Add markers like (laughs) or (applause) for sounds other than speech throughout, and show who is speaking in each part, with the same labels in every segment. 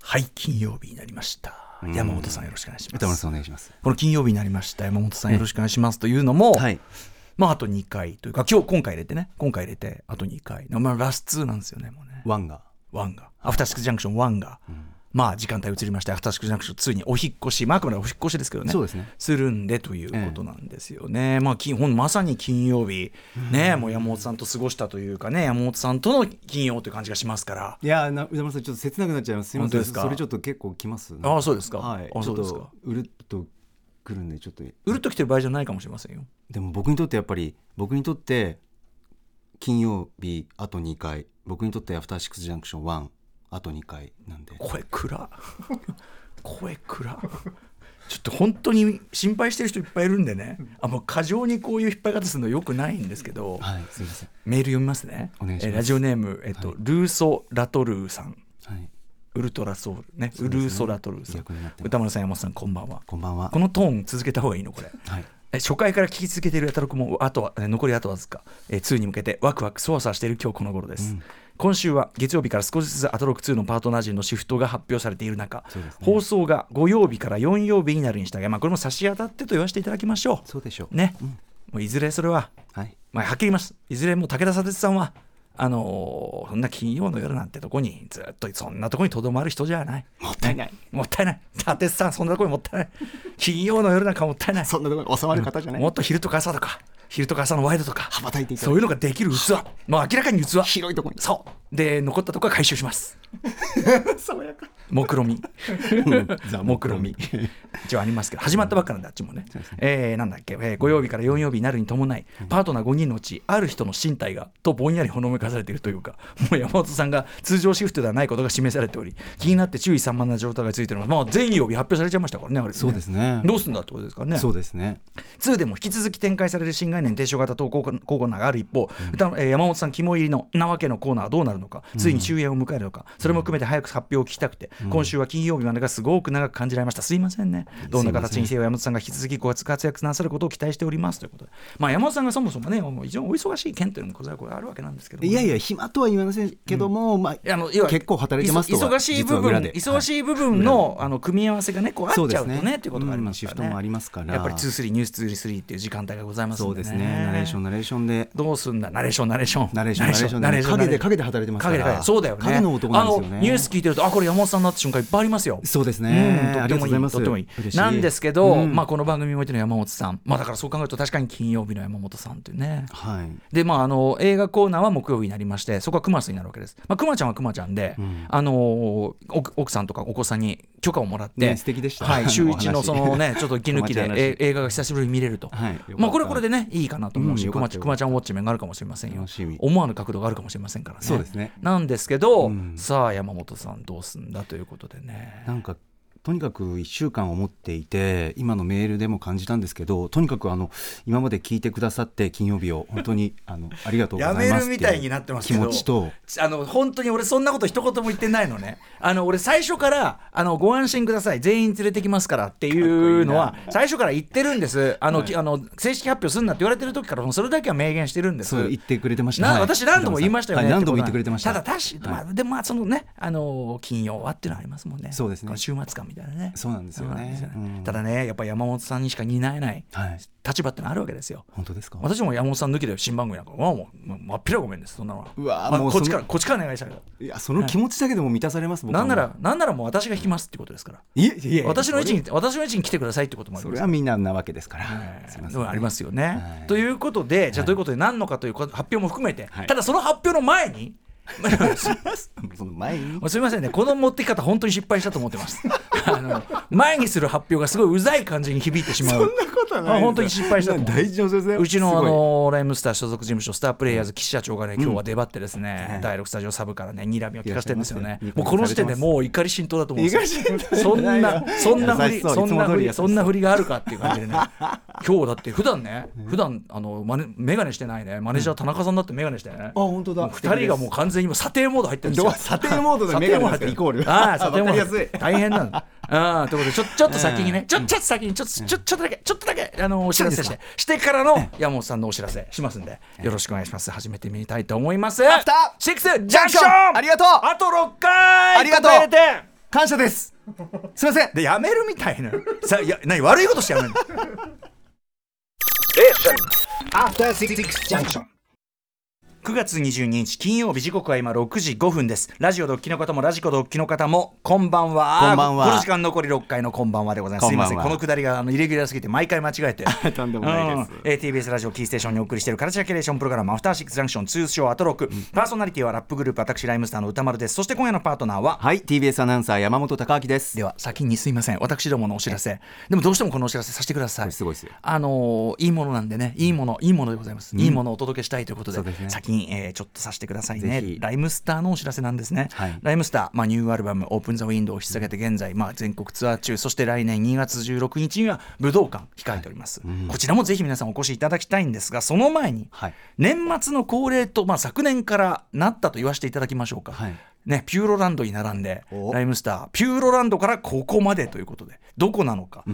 Speaker 1: はい金曜日になりました山本さんよろしくお願いします
Speaker 2: 歌丸さんお願いします。
Speaker 1: この金曜日になりました山本さんよろしくお願いしますというのも、
Speaker 2: はい。
Speaker 1: まああと2回というか今日今回入れてね今回入れてあと2回まあラス2なんですよねもうね
Speaker 2: ワンが。
Speaker 1: 1がアフターシックスジャンクション1が、まあ時間帯移りましてアフターシックスジャンクション2にお引っ越しまああくまでお引っ越しですけどね
Speaker 2: そうですね
Speaker 1: るんでということなんですよね、まあ金ほんまさに金曜日ねもう山本さんと過ごしたというかね山本さんとの金曜という感じがしますから
Speaker 2: いやーな、歌丸さん、ちょっと切なくなっちゃいます。すみま
Speaker 1: 本当
Speaker 2: せん。
Speaker 1: ですか
Speaker 2: それちょっと結構きます、ね。
Speaker 1: ああそうですか、
Speaker 2: はい。
Speaker 1: あそうです
Speaker 2: ちょ
Speaker 1: か
Speaker 2: っとうるっとくるんで、ちょっと。
Speaker 1: 売るときてる場合じゃないかもしれませんよ
Speaker 2: でも僕にとってやっぱり、僕にとって、金曜日あと2回、僕にとってアフターシックスジャンクション1あと2回なんで。
Speaker 1: 声暗 (laughs) 声暗ちょっと本当に心配してる人いっぱいいるんでねあもう過剰にこういう引っ張り方するのよくないんですけど、
Speaker 2: はい、すみません。
Speaker 1: メール読みますね
Speaker 2: お願いします
Speaker 1: えーラジオネーム、えっとルーソ・ラトルーさん
Speaker 2: はい。
Speaker 1: ウルトラソウルねウ
Speaker 2: うですね
Speaker 1: ルーソ・ラトルーさん
Speaker 2: 逆になってます
Speaker 1: 歌丸さん山本さんこんばんは
Speaker 2: こんばんは。
Speaker 1: このトーン続けた方がいいのこれ
Speaker 2: はい。
Speaker 1: え初回から聞き続けているやたろくもあとはえ残りあとわずか、えー、2に向けてワクワクそわそわしている今日この頃です、今週は月曜日から少しずつアトロク2のパートナー陣のシフトが発表されている中、
Speaker 2: そうですね
Speaker 1: 放送が5曜日から4曜日になるにしたが、まあ、これも差し当たってと言わせていただきましょ
Speaker 2: そうでしょ
Speaker 1: う
Speaker 2: う。。
Speaker 1: ね、もういずれそれは
Speaker 2: はい。
Speaker 1: まあ、はっきり言います。いずれもう武田砂鉄さんは、あのーそんな金曜の夜なんてとこに、ずっとそんなとこにとどまる人じゃない。
Speaker 2: もったいない。
Speaker 1: もったいない。砂鉄さん、そんなとこにもったいない。金曜の夜なんかもったいない。
Speaker 2: そんなところに収まる方じゃない。
Speaker 1: もっと昼とか朝とか、昼とか朝のワイドとか、
Speaker 2: 羽ばたいていただいて
Speaker 1: そういうのができる器。もう明らかに器。
Speaker 2: 広いとこに
Speaker 1: そう。で、残ったとこは回収します。
Speaker 2: (laughs) 爽やか。
Speaker 1: 目論み
Speaker 2: ザ
Speaker 1: 目論み一応ありますけど始まったばっかなんであっちもねえーなんだっけ、えー、5曜日から4曜日になるに伴いパートナー5人のうちある人の身体がとぼんやりほのめかされているというかもう山本さんが通常シフトではないことが示されており気になって注意散漫な状態がついているのは、まあ、全曜日発表されちゃいましたからねあれね
Speaker 2: そうですね
Speaker 1: どうすんだってことですからね
Speaker 2: そうですね。
Speaker 1: 2でも引き続き展開される新概念提唱型投稿コーナーがある一方、歌のえー山本さん肝入りの「なわけ」のコーナーはどうなるのかついに終焉を迎えるのか、それも含めて早く発表を聞きたくて、今週は金曜日までがすごく長く感じられましたすいませんねどんな形にせよ山本さんが引き続きご活躍なさることを期待しておりますということで、まあ、山本さんがそもそもねもう非常にお忙しい件というのもこれはこれあるわけなんですけども
Speaker 2: いやいや、暇とは言わませんけども、まあ、
Speaker 1: あの要は
Speaker 2: 結構働いてますと
Speaker 1: いそ忙しい部分忙
Speaker 2: い
Speaker 1: しい部分の,、あの組み合わせがねこう合っちゃうと
Speaker 2: そうです
Speaker 1: ね
Speaker 2: ね
Speaker 1: っていうことがありますからね、
Speaker 2: うんシフトもありますから
Speaker 1: やっぱり23ニュース23っていう時間帯がございますん
Speaker 2: そう
Speaker 1: でね
Speaker 2: ですね。ナレーション、ナレーションで。
Speaker 1: どうすんだナレーションナレーション
Speaker 2: ナレーション
Speaker 1: ナ
Speaker 2: ナ
Speaker 1: レ
Speaker 2: レ
Speaker 1: ーシ
Speaker 2: ーシ
Speaker 1: ョ
Speaker 2: ョ
Speaker 1: ン
Speaker 2: ン陰で働いてますから
Speaker 1: 陰でそうだよね
Speaker 2: 陰の男なんですよね
Speaker 1: あのニュース聞いてるとあこれ山本さんになって瞬間いっぱいありますよ
Speaker 2: そうです
Speaker 1: うん
Speaker 2: ね。あり
Speaker 1: と
Speaker 2: が
Speaker 1: っても
Speaker 2: とうご
Speaker 1: い
Speaker 2: ざい
Speaker 1: い
Speaker 2: ます。
Speaker 1: とってもいい
Speaker 2: 嬉し
Speaker 1: なんですけど、
Speaker 2: うん
Speaker 1: まあ、この番組においての山本さん、まあ、だからそう考えると確かに金曜日の山本さんっていうね
Speaker 2: はい。
Speaker 1: でまあ、あの映画コーナーは木曜日になりましてそこはクマさんになるわけです、まあ、クマちゃんはクマちゃんで、
Speaker 2: うん
Speaker 1: あの奥奥さんとかお子さんに許可をもらって、
Speaker 2: ね素敵でした
Speaker 1: はい、週一
Speaker 2: あ
Speaker 1: の
Speaker 2: のお話
Speaker 1: その、ね、ちょっと息抜きで
Speaker 2: クマちゃんらしい
Speaker 1: え映画が久しぶりに見れると、
Speaker 2: はいよかった
Speaker 1: まあ、これはこれでねいいかなと思うし、
Speaker 2: うんよ
Speaker 1: ク
Speaker 2: か
Speaker 1: マ
Speaker 2: っ
Speaker 1: ちゃ
Speaker 2: た
Speaker 1: ん
Speaker 2: よかった
Speaker 1: クマちゃんウォッチメンがあるかもしれませんよ
Speaker 2: 楽しみ
Speaker 1: 思わぬ角度があるかもしれませんからね
Speaker 2: そうですね
Speaker 1: なんですけど、
Speaker 2: うん
Speaker 1: さあ山本さんどうすんだということでね
Speaker 2: なんかとにかく1週間思っていて今のメールでも感じたんですけどとにかくあの今まで聞いてくださって金曜日を本
Speaker 1: (laughs)
Speaker 2: 当にあのありがとうございます
Speaker 1: やめるみたいになってますけど
Speaker 2: 気持ちと
Speaker 1: あの本当に俺そんなこと一言も言ってないのねあの俺最初からあのご安心ください全員連れてきますからっていうのは最初から言ってるんですあの、きあの正式発表すんなって言われてる時からそれだけは明言してるんです
Speaker 2: そう言ってくれてました
Speaker 1: な
Speaker 2: はい
Speaker 1: 私何度も言いましたよね、
Speaker 2: はい何度も言ってくれてました
Speaker 1: ただ確か、まあ、でもまあそのねあの金曜はっていうのはありますもんね
Speaker 2: そうですね
Speaker 1: この週末感みたいなね
Speaker 2: そうなんですよ
Speaker 1: そ
Speaker 2: ね
Speaker 1: うなんですよ
Speaker 2: うん
Speaker 1: ただねやっぱ山本さんにしか担えない
Speaker 2: はい
Speaker 1: 立場ってのあるわけですよ
Speaker 2: 本当ですか
Speaker 1: 私も山本さん抜きで新番組なんかはもうもう真っ平ごめんですそんなのは
Speaker 2: うわ
Speaker 1: まあ
Speaker 2: も
Speaker 1: こ
Speaker 2: うそ
Speaker 1: っ
Speaker 2: の
Speaker 1: ちからこっちからお願いしたけど
Speaker 2: いやその気持ちだけでも満たされます、僕
Speaker 1: な
Speaker 2: は
Speaker 1: んならなんならもう私が引きますってことですから
Speaker 2: いえいえ
Speaker 1: 私の位置に私の位置に来てくださいってこともあり
Speaker 2: そ
Speaker 1: ま
Speaker 2: れ
Speaker 1: す
Speaker 2: はみんななわけですから、すいません
Speaker 1: ありますよね、
Speaker 2: い
Speaker 1: ということでじゃあどういうことになるのかというこ発表も含めて、
Speaker 2: はい
Speaker 1: ただその発表の前に
Speaker 2: その前に
Speaker 1: もうすみませんね、この持ってき方、本当に失敗したと思ってます。あの前にする発表がすごいうざい感じに響いてしまう。
Speaker 2: ことは
Speaker 1: あ本当に失敗したと思う
Speaker 2: 大丈夫ですよ
Speaker 1: うちの
Speaker 2: す
Speaker 1: あ
Speaker 2: ごい
Speaker 1: のライムスター所属事務所スタープレイヤーズ岸社長がね今日は出張ってですね、第6スタジオサブからね睨みを聞かせてるんですよね
Speaker 2: いらっしゃいます
Speaker 1: も
Speaker 2: よ
Speaker 1: うこの時点でもう怒り浸透だと思うんですよ
Speaker 2: 怒り浸透
Speaker 1: そんなそんな振
Speaker 2: 優
Speaker 1: り
Speaker 2: しそう
Speaker 1: そんない
Speaker 2: つも
Speaker 1: 振
Speaker 2: 通り
Speaker 1: り
Speaker 2: 優しそ
Speaker 1: そ
Speaker 2: うん
Speaker 1: な振りがあるかっていう感じでね今日だって普段ね普段あのマネ眼鏡してないねマネージャー田中さんだって眼鏡してね、
Speaker 2: あ本当だ
Speaker 1: 2人がもう完全に今査定モード入ってるんです
Speaker 2: ど
Speaker 1: よ
Speaker 2: う査定モードでメガネなんですかイコール (laughs)
Speaker 1: ああ、査定モ
Speaker 2: わかり
Speaker 1: ー
Speaker 2: やすい
Speaker 1: ド。大変なの。ああ、ということで、ちょ、ちょっと先にね、ちょ、ちょっと先に、ちょっと、ちょ、ちょっとだけ、ちょっとだけ、あの、お知らせして、してからの山本さんのお知らせしますんで、よろしくお願いします。始めてみたいと思います。ア
Speaker 2: フター
Speaker 1: シックスジャンクション
Speaker 2: ありがとう
Speaker 1: あと6回
Speaker 2: ありがとう
Speaker 1: 答えて
Speaker 2: 感謝ですすいません
Speaker 1: でやめるみた (laughs) いなさいや何悪いことしてやめる
Speaker 3: After Six Junction.
Speaker 1: 9月22日金曜日時刻は今6時5分ですラジオドッキの方もラジコドッキの方もこんばんは
Speaker 2: こんばんは
Speaker 1: この時間残り6回のこんばんはでございます
Speaker 2: こんばんは
Speaker 1: すいませんこのくだりがあのイレギュラーすぎて毎回間違えて
Speaker 2: (laughs) とんでもないです
Speaker 1: うんえー TBS ラジオキーステーションにお送りしているカルチャーキュレーションプログラムアフターシックスジャンクション通称アトロク、パーソナリティはラップグループ私ライムスターの歌丸ですそして今夜のパートナーは
Speaker 2: はい TBS アナウンサー山本貴明です
Speaker 1: では先にすいません私どものお知らせでもどうしてもこのお知らせさせてくださ
Speaker 2: こ
Speaker 1: い
Speaker 2: れすごいですよ
Speaker 1: あのーいいものなんでねいいものいいものでございます、いいものをお届けしたいということで
Speaker 2: そうですね
Speaker 1: 先に、えーちょっとさせてください
Speaker 2: ぜひ
Speaker 1: ねライムスターのお知らせなんですね、
Speaker 2: はい
Speaker 1: ライムスター、まあ、ニューアルバム「オープン・ザ・ウィンドウ」を引き下げて現在、まあ、全国ツアー中そして来年2月16日には武道館控えております、こちらもぜひ皆さんお越しいただきたいんですがその前に、
Speaker 2: はい
Speaker 1: 年末の恒例と、まあ、昨年からなったと言わせていただきましょうか、
Speaker 2: はい
Speaker 1: ね、ピューロランドに並んで
Speaker 2: お
Speaker 1: ライムスターピューロランドからここまでということでどこなのか、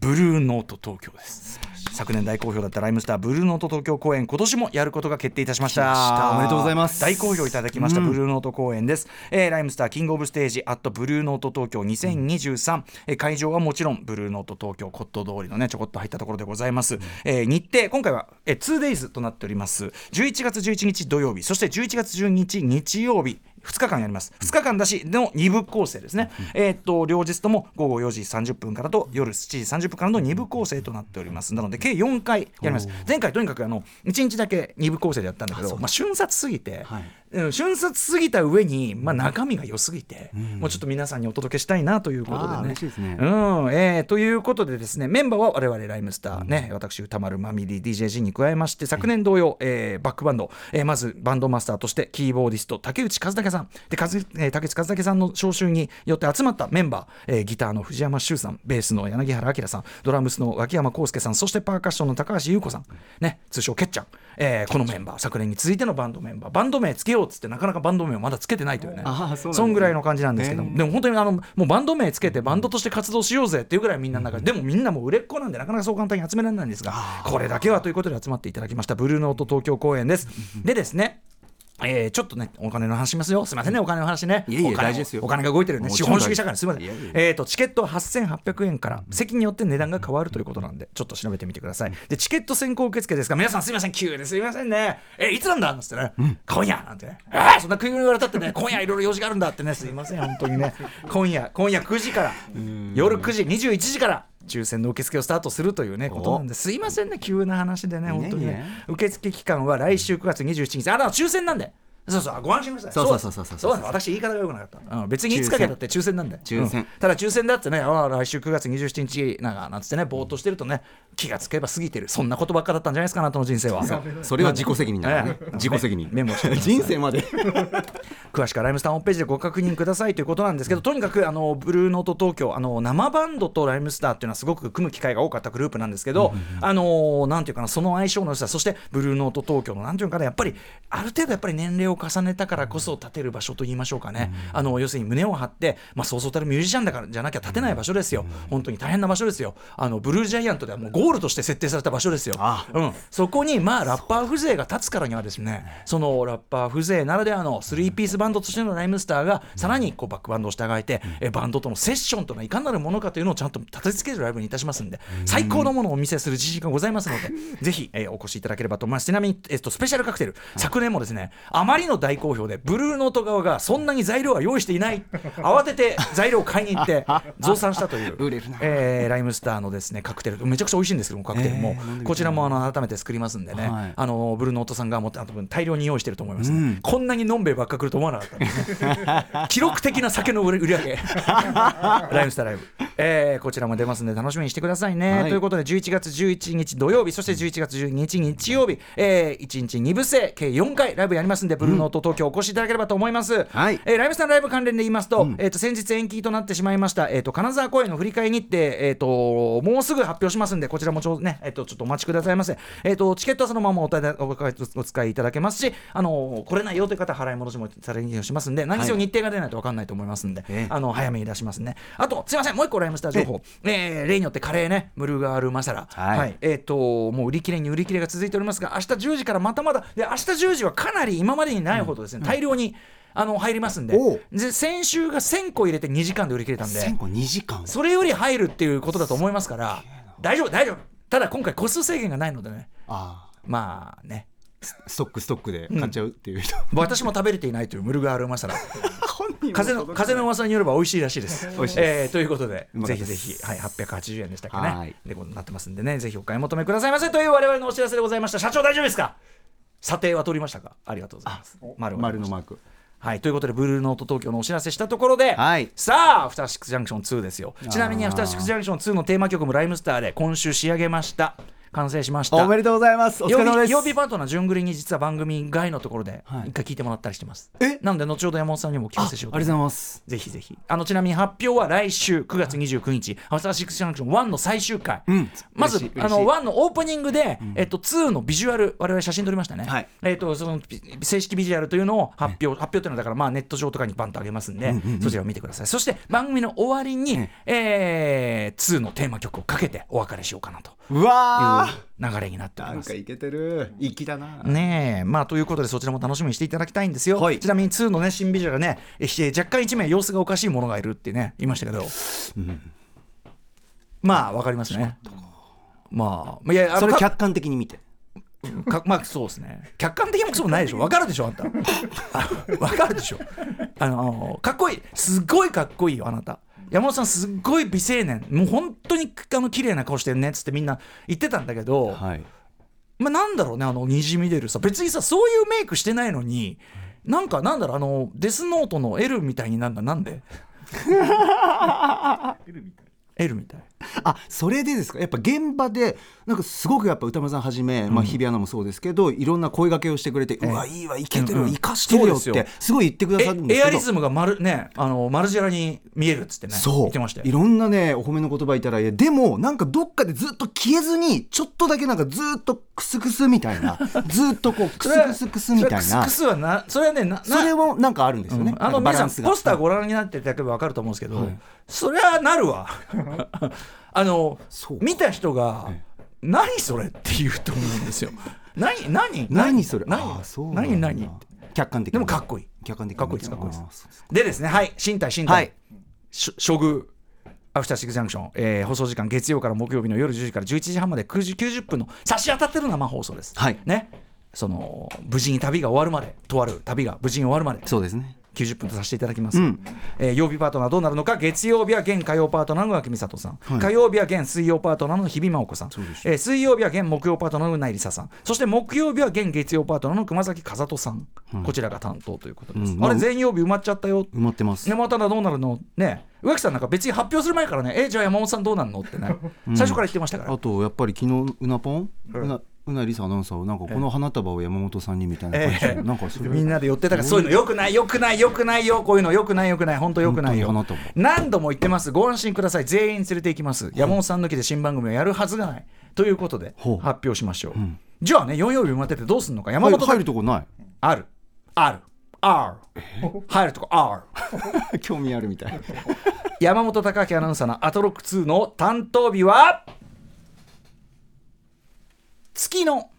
Speaker 1: ブルーノート東京です昨年大好評だったライムスターブルーノート東京公演今年もやることが決定いたしました
Speaker 2: 来ましたおめでとうございます
Speaker 1: 大好評いただきました、ブルーノート公演です、えーライムスターキングオブステージアットブルーノート東京2023、えー会場はもちろんブルーノート東京骨董通りのねちょこっと入ったところでございます、えー日程今回は、えー、2days となっております11月11日土曜日そして11月12日日曜日2日間やります2日間だしの2部構成ですね、えーっと両日とも午後4時30分からと夜7時30分からの2部構成となっておりますなので計4回やります前回とにかくあの1日だけ2部構成でやったんだけどまあ、瞬殺すぎて、
Speaker 2: はい
Speaker 1: うん瞬殺すぎた上に、まあ、中身が良すぎて、もうちょっと皆さんにお届けしたいなということで
Speaker 2: あ
Speaker 1: ね。
Speaker 2: ー嬉しいですね
Speaker 1: うんえーということでですねメンバーは我々ライムスター、ね私歌丸まみり DJG に加えまして昨年同様、えーバックバンド、えーまずバンドマスターとしてキーボーディスト竹内和武さんで和、えー竹内和武さんの招集によって集まったメンバー、えーギターの藤山修さんベースの柳原明さんドラムスの脇山浩介さんそしてパーカッションの高橋優子さん、ね、通称けっちゃん、えーこのメンバー昨年に続いてのバンドメンバーバンド名つけようっつってなかなかバンド名をまだつけてないというね
Speaker 2: あーそうなんですね
Speaker 1: そんぐらいの感じなんですけども、
Speaker 2: ね
Speaker 1: でも本当にあのもうバンド名つけてバンドとして活動しようぜっていうぐらいみんなの中で、でもみんなもう売れっ子なんでなかなかそう簡単に集められないんですがこれだけはということで集まっていただきましたブルーノート東京公演です。でですねえーちょっとね、お金の話しますよ。すみませんね、お金の話ね。
Speaker 2: いえいえ
Speaker 1: お金
Speaker 2: 大事ですよ
Speaker 1: お金が動いてるね。
Speaker 2: も
Speaker 1: 資
Speaker 2: ちろん
Speaker 1: 本主義社会のすみません。
Speaker 2: いえいえ
Speaker 1: えー、とチケットは8800円から席によって値段が変わるということなんでちょっと調べてみてくださいでチケット先行受付ですが皆さんすいません急ですいませんねえいつなんだなんつってね、今夜なんてねえーそんな食い言われた
Speaker 2: (laughs)
Speaker 1: ってね今夜いろいろ用事があるんだってねすいません本当にね今夜今夜9時から夜9時21時から抽選の受付をスタートするというねことなんですいませんね急な話でね本当に
Speaker 2: いえい
Speaker 1: ね受付期間は来週9月27日あだから抽選なんでそうそうご安心ください
Speaker 2: そうそうそうそうそう
Speaker 1: そうなんです私言い方が良くなかった、うん、別にいつかけたって抽選なんで
Speaker 2: 抽選
Speaker 1: うんただ抽選だってね、ああ来週9月27日なんかなんつってね、ぼーっとしてるとね、気がつけば過ぎてる、そんなことばっかだったんじゃないですか、あなたの人生は。
Speaker 2: それは自己責任だからね
Speaker 1: ええ
Speaker 2: 自己責任
Speaker 1: メモしてください
Speaker 2: 人生まで
Speaker 1: 詳しくはライムスターホームページでご確認くださいということなんですけど、とにかくあのブルーノート東京あの、生バンドとライムスターっていうのはすごく組む機会が多かったグループなんですけど、あのなんていうかな、その相性の良さ、そしてブルーノート東京のなんていうのかな、やっぱりある程度やっぱり年齢を重ねたからこそ立てる場所と言いましょうかね、あの要するに胸を張って、まあ、そうそうたるミュージシャンだからじゃなきゃ立てない場所ですよ、本当に大変な場所ですよ、あのブルージャイアントではもうゴールとして設定された場所ですよ。
Speaker 2: あ
Speaker 1: うん、そこにまあラッパー風情が立つからにはですねそのラッパー風情ならではのスリーピースバンドとしてのライムスターがさらにこうバックバンドを従えて、えバンドとのセッションというのはいかなるものかというのをちゃんと立てつけるライブにいたしますんで最高のものをお見せする自信がございますので
Speaker 2: (laughs)
Speaker 1: ぜひ、えーお越しいただければと思いますちなみに、えっとスペシャルカクテル昨年もですねあまりの大好評でブルーノート側がそんなに材料は用意していない
Speaker 2: (laughs)
Speaker 1: 慌てて材料を買いに行って増産したという
Speaker 2: 売れるな
Speaker 1: えーライムスターのですねカクテルめちゃくちゃ美味しいんですけどもカクテルも
Speaker 2: えー飲んでみたいな
Speaker 1: こちらもあの改めて作りますんでね、
Speaker 2: はい
Speaker 1: あのブルーノートさんがもっと多分大量に用意してると思いますね、こんなにのんべえばっか来ると思わなかったんで
Speaker 2: (laughs)
Speaker 1: ね記録的な酒の売れ売り上げライムスターライブ、えーこちらも出ますんで楽しみにしてくださいね、
Speaker 2: はい
Speaker 1: ということで11月11日土曜日そして11月12日日曜日、え1日2部制計4回ライブやりますんでブルーノート東京お越しいただければと思います、
Speaker 2: はい
Speaker 1: えーライムスターライブ関連で言いますと,、えーと先日延期となってしまいました、えー、と金沢公演の振り返り日程、えー、ともうすぐ発表しますんでこちらもちょ,、ねえー、とちょっとお待ちくださいませ、えー、とチケットはそのままおただおおお使いいただけますし、あのー来れないよという方は払い戻しもされるようにしますんで何せよ
Speaker 2: はい
Speaker 1: 日程が出ないと分かんないと思いますんで、
Speaker 2: ええ
Speaker 1: あの早めに出しますねあとすいませんもう一個ライムスター情報、えー例によってカレーねムルガールマサラ、
Speaker 2: はい
Speaker 1: えー、ともう売り切れに売り切れが続いておりますが明日10時からまたまだで明日10時はかなり今までにないほどですね、大量にあの入りますんで
Speaker 2: おう
Speaker 1: で先週が1000個入れて2時間で売り切れたんで
Speaker 2: 1000個2時間
Speaker 1: それより入るっていうことだと思いますから大丈夫大丈夫ただ今回個数制限がないのでね
Speaker 2: あ
Speaker 1: まあね
Speaker 2: あストックストックで買っちゃうっていう人、
Speaker 1: 私も食べれていないというムルガーありましたら
Speaker 2: 本人も
Speaker 1: 風の風の噂によれば美味しいらしいです。
Speaker 2: 美味しい
Speaker 1: えーということで
Speaker 2: うま
Speaker 1: ぜ
Speaker 2: かっ
Speaker 1: ひ
Speaker 2: た
Speaker 1: ぜ
Speaker 2: です
Speaker 1: ひ、はい、880円でしたっけ
Speaker 2: は
Speaker 1: ね
Speaker 2: い
Speaker 1: でこうなってますんでねぜひお買い求めくださいませという我々のお知らせでございました社長大丈夫ですか査定は取りましたかありがとうございます丸は
Speaker 2: 丸のマーク
Speaker 1: はい、ということで、ブルーノート東京のお知らせしたところで、
Speaker 2: はい
Speaker 1: さあ、アフターシックスジャンクション2ですよ。ちなみに、
Speaker 2: あー
Speaker 1: アフターシックスジャンクション2のテーマ曲もライムスターで今週仕上げました。完成しました。
Speaker 2: おめでとうございますお疲れ様です
Speaker 1: 曜日曜日パートナー、順繰りに実は番組外のところで
Speaker 2: はい
Speaker 1: 一回聞いてもらったりしてます。
Speaker 2: え
Speaker 1: なので、後ほど山本さんにもお聞
Speaker 2: あ
Speaker 1: か
Speaker 2: あ
Speaker 1: せし
Speaker 2: り
Speaker 1: よ
Speaker 2: が
Speaker 1: う
Speaker 2: と
Speaker 1: と
Speaker 2: うご
Speaker 1: 思いま
Speaker 2: ざい
Speaker 1: す。
Speaker 2: ます
Speaker 1: ぜひぜひあのちなみに発表は来週9月29日「アフターシックスジャンクション1」の最終回、
Speaker 2: うん
Speaker 1: まず
Speaker 2: 嬉しい嬉しい
Speaker 1: あの1のオープニングで、えっと、2のビジュアル我々写真撮りましたね、
Speaker 2: はい
Speaker 1: えっと、そのピ正式ビジュアルというのを発表、発表というのはだからまあネット上とかにバンと上げますんで、そちらを見てくださいそして番組の終わりに、
Speaker 2: ん
Speaker 1: えー、2のテーマ曲をかけてお別れしようかなという
Speaker 2: わー
Speaker 1: う流れになっており
Speaker 2: な
Speaker 1: ま
Speaker 2: ん
Speaker 1: す
Speaker 2: かいけてる粋だな、
Speaker 1: ねえまあということでそちらも楽しみにしていただきたいんですよ、
Speaker 2: はい
Speaker 1: ちなみに2のね新ビジュアルねえー若干1名様子がおかしいものがいるってね言いましたけど、まあわかりますねまあいやあの
Speaker 2: それ
Speaker 1: か
Speaker 2: 客観的に見て
Speaker 1: か (laughs) まあそうですね客観的なもクソもないでしょわかるでしょあんたあわかるでしょあのかっこいいすっごいかっこいいよあなた山本さんすっごい美青年もう本当にあの綺麗な顔してるねっつってみんな言ってたんだけど、
Speaker 2: はい
Speaker 1: まあ、なんだろうねあのにじみ出るさ別にさそういうメイクしてないのになんかなんだろうあのデスノートの L みたいになんだなん
Speaker 2: (laughs)
Speaker 1: で L みたい L みたい
Speaker 2: あそれでですかやっぱ現場でなんかすごくやっぱ歌丸さんはじめ、まあ、日比アナもそうですけどいろんな声掛けをしてくれて、うわいいわいけてる
Speaker 1: う
Speaker 2: わ
Speaker 1: ん
Speaker 2: 生かしてるよっ
Speaker 1: そうで
Speaker 2: て
Speaker 1: すよ
Speaker 2: すごい言ってくださるんで
Speaker 1: えエ
Speaker 2: すけ
Speaker 1: ア
Speaker 2: ど
Speaker 1: リズムがまるねあのマルジェラに見えるっつってね
Speaker 2: そう
Speaker 1: 言ってましたよ
Speaker 2: いろんなねお褒めの言葉いただいてでもなんかどっかでずっと消えずにちょっとだけなんかずっとクスクスみた
Speaker 1: (laughs)
Speaker 2: いなずっとこうクスクスクスみたい
Speaker 1: それは
Speaker 2: な
Speaker 1: クスクスはなそれはねなな
Speaker 2: それもなんかあるんですよね、
Speaker 1: うんあの皆
Speaker 2: バラ
Speaker 1: さ
Speaker 2: ン
Speaker 1: ん
Speaker 2: スが
Speaker 1: ポスターご覧になっていただければ分かると思うんですけど、そりゃなる (laughs) わあの
Speaker 2: そうか
Speaker 1: 見た人が「何それ?」って言うと思うん (laughs) ですよ。何何
Speaker 2: 何それ
Speaker 1: 何
Speaker 2: あそうなんだ
Speaker 1: 何何って
Speaker 2: 客観的
Speaker 1: でもかっこいい
Speaker 2: 客観的に
Speaker 1: かっこいいですかっこいいです
Speaker 2: あーそうです
Speaker 1: でですねはい身体身体、
Speaker 2: はい
Speaker 1: し処遇アフターシックスジャンクション、えー放送時間月曜から木曜日の夜10時から11時半まで9時90分の差し当たってる生放送です、
Speaker 2: はい
Speaker 1: ねその無事に旅が終わるまでとある旅が無事に終わるまで
Speaker 2: そうですね
Speaker 1: 90分とさせていただきます、
Speaker 2: うん
Speaker 1: えー曜日パートナーどうなるのか月曜日は現火曜パートナーの脇美里さん、火曜日は現水曜パートナーの日比真央子さん、
Speaker 2: そうでしょ
Speaker 1: えー水曜日は現木曜パートナーのうないりささんそして木曜日は現月曜パートナーの熊崎風人さん、こちらが担当ということです、
Speaker 2: うん
Speaker 1: あれ
Speaker 2: まあ
Speaker 1: 全曜日埋まっちゃったよ
Speaker 2: 埋まってます
Speaker 1: 山本さんはどうなるのねえ植木さんなんか別に発表する前からねえじゃあ山本さんどうなるのってね最初から言ってましたから、
Speaker 2: あとやっぱり昨日うなぽん、
Speaker 1: う
Speaker 2: うんなうなりさアナウンサーはなんかこの花束を山本さんにみたいな
Speaker 1: え
Speaker 2: 感じで、
Speaker 1: え
Speaker 2: なんかそれ
Speaker 1: みんなで寄ってたからそういうのよくないよくないよくないよこういうのよくないよくない本当よくないよ
Speaker 2: 本当に花束
Speaker 1: 何度も言ってますご安心ください全員連れて行きます山本さん抜きで新番組をやるはずがないということで
Speaker 2: ほう
Speaker 1: 発表しましょう、じゃあね4曜日埋まっててどうすんのか山
Speaker 2: 入
Speaker 1: 本
Speaker 2: る
Speaker 1: だけ
Speaker 2: 入るとこない
Speaker 1: あるある R 入るとこ R (laughs)
Speaker 2: 興味あるみたい
Speaker 1: 山本貴明アナウンサーのアトロック2の担当日は月の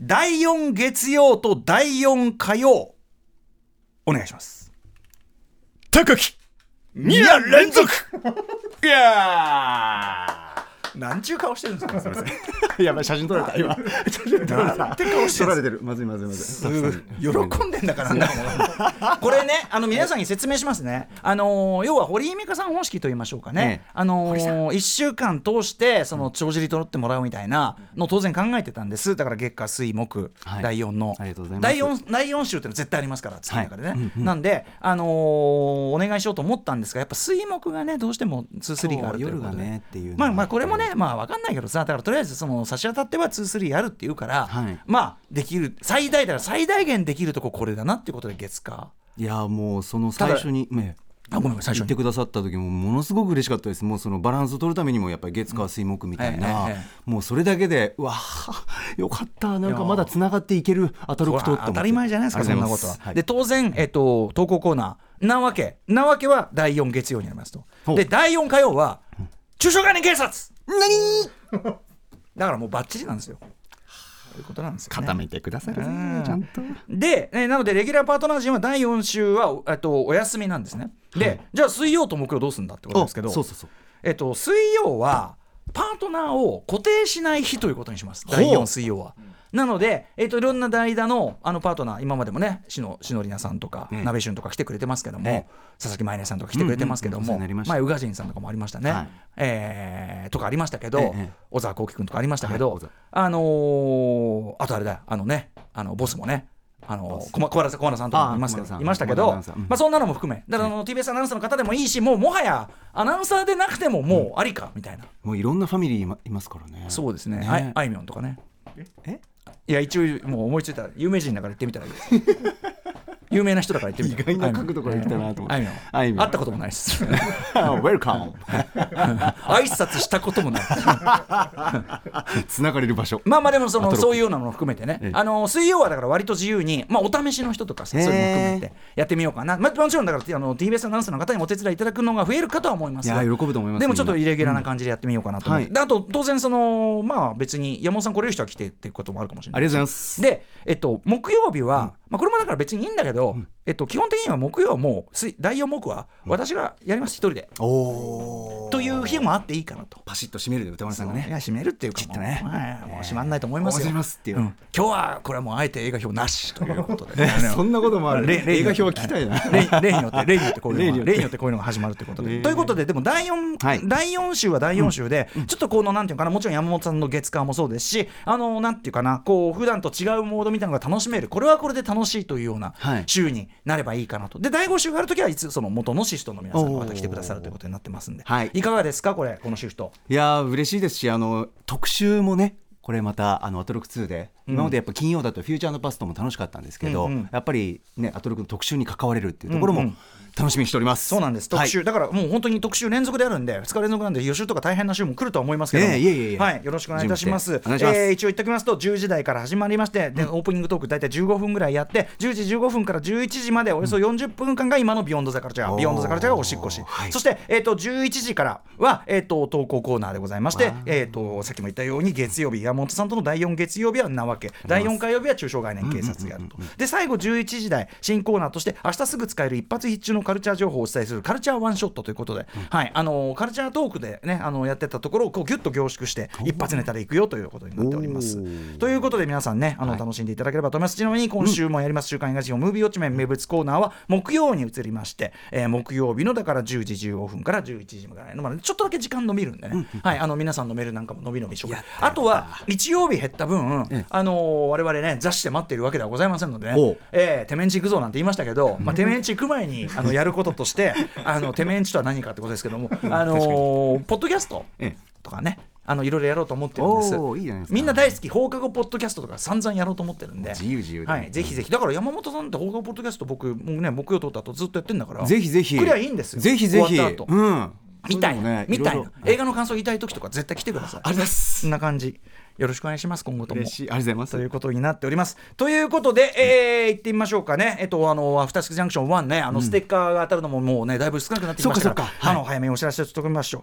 Speaker 1: 第4月曜と第4火曜お願いします高木2夜連続いやーなんちゅう顔してるんですかすいません
Speaker 2: (laughs) やばい写真撮られ
Speaker 1: (laughs)
Speaker 2: た今写真撮られた撮られてるまずいまずいまずい
Speaker 1: 喜んでんだから
Speaker 2: (laughs)
Speaker 1: なんだかもうこれねあの皆さんに説明しますねあのー要は堀井美香さん方式と言いましょうかね
Speaker 2: ええ
Speaker 1: あの1週間通してその帳尻取ってもらうみたいなのを当然考えてたんですだから月下水木
Speaker 2: はい
Speaker 1: 第4の
Speaker 2: ありがとうございま
Speaker 1: 第
Speaker 2: す
Speaker 1: 4第4週っていうのは絶対ありますから月の中でねなんであのーお願いしようと思ったんですがやっぱ水木がねどうしても2-3があるという
Speaker 2: 夜
Speaker 1: こと
Speaker 2: が
Speaker 1: で
Speaker 2: ねっていう
Speaker 1: まあまあこれもねまあわかんないけどさだからとりあえずその差し当たっては2-3やるっていうから、
Speaker 2: はい
Speaker 1: まあできる最大だから最大限できるとここれだなっていうことで月火
Speaker 2: いやもうその最初にね
Speaker 1: あごめんごめん最
Speaker 2: 言
Speaker 1: 初
Speaker 2: って
Speaker 1: に
Speaker 2: くださった時もものすごく嬉しかったですもうそのバランスを取るためにもやっぱり月火水木みたいな、
Speaker 1: うんえええ
Speaker 2: もうそれだけでうわあよかったなんかまだつながっていける当たる
Speaker 1: そ
Speaker 2: こ
Speaker 1: う
Speaker 2: とと思って
Speaker 1: 当たり前じゃないですか
Speaker 2: あ
Speaker 1: そ
Speaker 2: り
Speaker 1: んな
Speaker 2: がうご
Speaker 1: こ
Speaker 2: ざ
Speaker 1: とは
Speaker 2: いま、すはい
Speaker 1: で当然、えっと、投稿コーナーなわけなわけは第4月曜になりますと
Speaker 2: ほう
Speaker 1: で第4火曜は中小概念警察
Speaker 2: 何
Speaker 1: だからもうバッチリなんですよそういうことなんですよ、ね、
Speaker 2: 固めてくださいね
Speaker 1: うん
Speaker 2: ちゃんと
Speaker 1: で、ね、なのでレギュラーパートナー陣は第4週はおえっとお休みなんですね。で、
Speaker 2: はい
Speaker 1: じゃあ水曜と木曜どうするんだってことですけど、
Speaker 2: そうそうそう
Speaker 1: えっと、水曜はパートナーを固定しない日ということにします
Speaker 2: ほう
Speaker 1: 第4水曜は。なので、えっと、いろんな代打のあのパートナー今までもねしのしのりなさんとか、
Speaker 2: ええ
Speaker 1: なべしゅんとか来てくれてますけども、
Speaker 2: ええ
Speaker 1: 佐々木舞音さんとか来てくれてますけど
Speaker 2: うんうん
Speaker 1: も、
Speaker 2: うんお世話になりました
Speaker 1: 前宇賀神さんとかもありましたね、
Speaker 2: はい
Speaker 1: えーとかありましたけど、
Speaker 2: ええええ
Speaker 1: 小沢幸輝君とかありましたけど、
Speaker 2: はい小沢
Speaker 1: あのーあとあれだあのねあのボスもねあの小小原さん小原さんとかもいますけ
Speaker 2: あ小原さ
Speaker 1: ど
Speaker 2: ん
Speaker 1: いましたけ
Speaker 2: 小
Speaker 1: ど、
Speaker 2: 原アナウンサーうん
Speaker 1: まあ、そんなのも含めだからあの TBS アナウンサーの方でもいいしもうもはやアナウンサーでなくてももうありかみたいな、
Speaker 2: もういろんなファミリーいまいますからね
Speaker 1: そうですね
Speaker 2: ね
Speaker 1: はいあいみょんとかね (laughs)
Speaker 2: え
Speaker 1: いや一応もう思いついたら有名人だから言ってみたらいい
Speaker 2: (laughs)
Speaker 1: です有名な人だから言ってみ
Speaker 2: 意
Speaker 1: た
Speaker 2: 外な角度から来たなと思って
Speaker 1: あいみょん
Speaker 2: あ
Speaker 1: あ
Speaker 2: い
Speaker 1: い
Speaker 2: み
Speaker 1: み
Speaker 2: ょ
Speaker 1: ょん会
Speaker 2: ん
Speaker 1: ったこともないです
Speaker 2: (laughs) ウェルカム
Speaker 1: 挨拶したこともない
Speaker 2: (laughs) つながれる場所
Speaker 1: まあまあでもそ
Speaker 2: アト
Speaker 1: の
Speaker 2: ロック
Speaker 1: そういうようなものを含めてね
Speaker 2: ええ、
Speaker 1: あの水曜はだから割と自由に、まあ、お試しの人とかさ
Speaker 2: へえ
Speaker 1: そういうのも含めてやってみようかな、まあ、もちろんだからあの TBS アナウンサーの方にお手伝いいただくのが増えるかとは思いますが
Speaker 2: いや喜ぶと思います
Speaker 1: でもちょっとイレギュラーな感じでやってみようかなと思って、
Speaker 2: うん
Speaker 1: であと当然そのまあ別に山本さん来れる人は来てっていうこともあるかもしれ
Speaker 2: あ
Speaker 1: な
Speaker 2: り
Speaker 1: い
Speaker 2: がとうございます
Speaker 1: で、えっと、木曜日は、まあ、これもだから別にいいんだけど、えっと、基本的には木曜はもう水第4木は私がやります一人で、
Speaker 2: おお
Speaker 1: という日もあっていいかなと。
Speaker 2: パシッと締めるで歌丸さんが
Speaker 1: いや
Speaker 2: ね
Speaker 1: 閉めるっていうか
Speaker 2: きっとね
Speaker 1: もうはいもう閉まんないと思います
Speaker 2: お
Speaker 1: よ
Speaker 2: はようございますっていう
Speaker 1: うん今日はこれはもうあえて映画表なしということで (laughs)
Speaker 2: そんなこともある
Speaker 1: れれ
Speaker 2: 映画表聞きたいな
Speaker 1: 例例によって例によってこういうのが例
Speaker 2: 例に
Speaker 1: に
Speaker 2: よ
Speaker 1: よってこういうのが始まるということ
Speaker 2: え
Speaker 1: で
Speaker 2: ー
Speaker 1: ということででも第四
Speaker 2: はい
Speaker 1: 第四週は第四週でちょっとこのなんていうかなもちろん山本さんの月間もそうですしあのなんていうかなこう普段と違うモードみたいなのが楽しめるこれはこれで楽しいというような
Speaker 2: はい
Speaker 1: 週になればいいかなとで第五週があるときはいつその元のシフトの皆さんがまた来てくださるということになってますんで
Speaker 2: はい
Speaker 1: いかがですかこれこのシフト
Speaker 2: いやー嬉しいですしあの特集もねこれまたあのアトロック2で、今までやっぱ金曜だと「フューチャーのパスト」も楽しかったんですけど、
Speaker 1: うんうん
Speaker 2: やっぱりねアトロックの特集に関われるっていうところ
Speaker 1: うんう
Speaker 2: も
Speaker 1: ん
Speaker 2: 楽しみにしております。
Speaker 1: そうなんです
Speaker 2: は
Speaker 1: 特
Speaker 2: い
Speaker 1: 集、だからもう本当に特集連続であるんで2日連続なんで予習とか大変な週も来るとは思いますけども、
Speaker 2: ねえいえいえいえ
Speaker 1: はい、よろしくお願いいたします
Speaker 2: 準備してお願いします
Speaker 1: えー一応言っておきますと10時台から始まりましてでオープニングトーク大体15分ぐらいやって10時15分から11時までおよそ40分間が今の「ビヨンドザカルチャー」
Speaker 2: おー
Speaker 1: ビヨンドザカルチャー」がおしっこし、
Speaker 2: はい
Speaker 1: そして、えー、と11時からは、えー、と投稿コーナーでございまし
Speaker 2: わ
Speaker 1: て
Speaker 2: あ、
Speaker 1: えー、とさっきも言ったように月曜日山本さんとの第4月曜日はなわけ第4火曜日は中小概念警察やるとで最後11時台新コーナーとして明日すぐ使える一発必中のカルチャー情報をお伝えするカルチャーワンショットということで、はい、あのカルチャートークで、ね、あのやってたところをこうギュッと凝縮して一発ネタでいくよということになっております
Speaker 2: おー。
Speaker 1: ということで皆さんねあの楽しんでいただければと思います、ちなみに今週もやります「週刊映画辞表ムービーウォッチメン」名物コーナーは木曜に移りまして、えー木曜日のだから10時15分から11時ぐらいのまでちょっとだけ時間伸びるんでね、はい、あの皆さんのメールなんかも伸び伸び紹介あとは日曜日減った分、
Speaker 2: ええ
Speaker 1: あのー我々ね雑誌で待っているわけではございませんのでね、
Speaker 2: おう
Speaker 1: えー、手面地行くぞなんて言いましたけど、まあ、手面地行く前にあのやることとして (laughs) あの手面地とは何かってことですけど
Speaker 2: (laughs)
Speaker 1: も、あのーポッドキャスト
Speaker 2: ええ
Speaker 1: とかねあのいろいろやろうと思ってるんです
Speaker 2: おーいいじゃないですか
Speaker 1: みんな大好き放課後ポッドキャストとか散々やろうと思ってるんで
Speaker 2: 自由自由で
Speaker 1: はい、ぜひぜひだから山本さんって放課後ポッドキャスト僕もうね木曜通った後ずっとやってんだから
Speaker 2: ぜひぜひ
Speaker 1: くりゃいいんですよ
Speaker 2: ぜひぜひ
Speaker 1: 終わった後
Speaker 2: うん
Speaker 1: みたいな、
Speaker 2: ね
Speaker 1: みたい
Speaker 2: ろ
Speaker 1: な
Speaker 2: ろ
Speaker 1: 映画の感想言いたい時とか絶対来てください
Speaker 2: ありがとうございま
Speaker 1: そ
Speaker 2: す
Speaker 1: んな感じよろしくお願いします今後とも
Speaker 2: 嬉しいありがとうござ
Speaker 1: とい
Speaker 2: いうます
Speaker 1: ことになっております。ということで、えー、行ってみましょうかね。えっと、あの、アフターシックスジャンクション1ね、あの、ステッカーが当たるのももうね、だいぶ少なくなってきましたから、
Speaker 2: そうかそうかはい
Speaker 1: あの、早めにお知らせしておきましょう。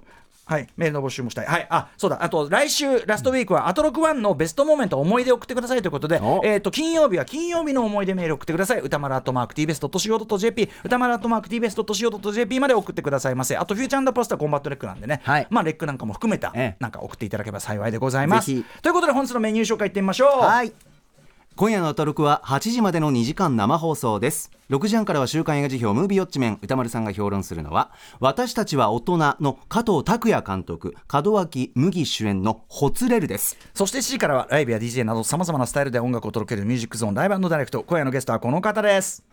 Speaker 1: はい、メールの募集もしたい。はい、あ、そうだ、あと、来週、ラストウィークは、アトロク1のベストモーメント、思い出を送ってくださいということで
Speaker 2: お、
Speaker 1: えっと、金曜日は金曜日の思い出メールを送ってください。歌丸アットマーク tbest.co.jp、歌丸アットマーク tbest.co.jp まで送ってくださいませ。あと、フューチャーポスターコンバットレックなんでね、
Speaker 2: はい
Speaker 1: まあ、レックなんかも含めた、
Speaker 2: ええ
Speaker 1: なんか送っていただければ幸いでございます。
Speaker 2: ぜひ
Speaker 1: ということで、本日のメニュー紹介いってみましょう。
Speaker 2: はい今夜のアトロクは8時までの2時間生放送です6時半からは週刊映画辞表ムービーウォッチメン歌丸さんが評論するのは私たちは大人の加藤拓也監督門脇麦主演のほつれるです
Speaker 1: そして7時からはライブや DJ などさまざまなスタイルで音楽を届けるミュージックゾーンライブダイレクト今夜のゲストはこの方です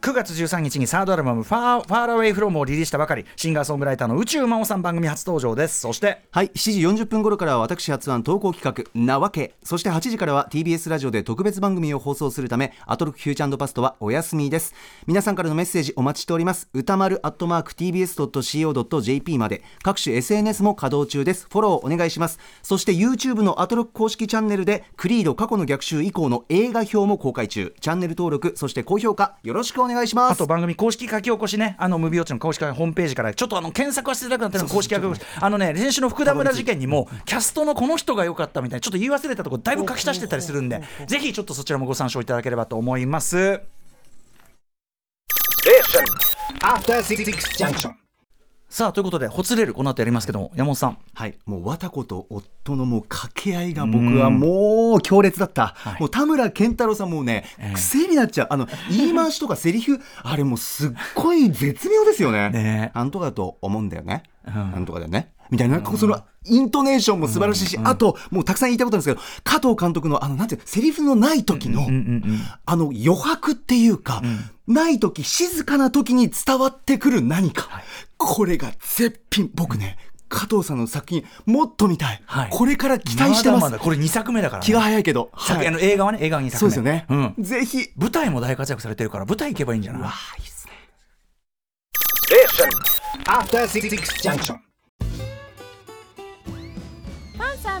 Speaker 1: 9月13日にサードアルバム「Far, Far Away From」をリリースしたばかりシンガーソングライターの宇宙真央さん番組初登場ですそして
Speaker 2: はい7時40分頃からは私発案投稿企画なわけそして8時からは TBS ラジオで特別番組を放送するためアトロックフューチャーパストはお休みです皆さんからのメッセージお待ちしております歌丸アットマーク TBS.CO.jp まで各種 SNS も稼働中ですフォローお願いしますそして YouTube のアトロック公式チャンネルでクリード過去の逆襲以降の映画表も公開中チャンネル登録そして高評価よろしくお願いします願いします
Speaker 1: あと番組公式書き起こしね、あのムビオッチの公式ホームページから、ちょっとあの検索はしていただくなっての公式書き起こし、あのね、先週の福田村事件にも、キャストのこの人が良かったみたいな、ちょっと言い忘れたところ、だいぶ書き足してたりするんで、ぜひちょっとそちらもご参照いただければと思います。
Speaker 3: After Six Junction.
Speaker 1: さあ、ということで、ほつれる、この後やりますけども、山本さん、
Speaker 2: はい、もう綿子と夫のもう掛け合いが僕はもう強烈だった、もう田村健太郎さんもうね、癖になっちゃう (laughs) あの言い回しとかセリフあれもうすっごい絶妙ですよね
Speaker 1: ね
Speaker 2: なんとかだと思うんだよね、
Speaker 1: ん
Speaker 2: なんとかだよねみたいな、こうそのイントネーションも素晴らしいし、あともうたくさん言いたいことなんですけど加藤監督のあのなんていうのセリフのない時の、あの余白っていうか、ない時静かな時に伝わってくる何か、これが絶品僕ね加藤さんの作品もっと見たい、
Speaker 1: はい
Speaker 2: これから期待してます
Speaker 1: まだまだこれ2作目だからね、
Speaker 2: 気が早いけど、
Speaker 1: 作
Speaker 2: はい
Speaker 1: あの映画はね、映画は2
Speaker 2: そう
Speaker 1: 作目。
Speaker 2: ですよね、
Speaker 1: うん
Speaker 2: ぜひ
Speaker 1: 舞台も大活躍されてるから、舞台行けばいいんじゃない
Speaker 2: わあいいっすね
Speaker 3: After Six Junction.
Speaker 4: パンサー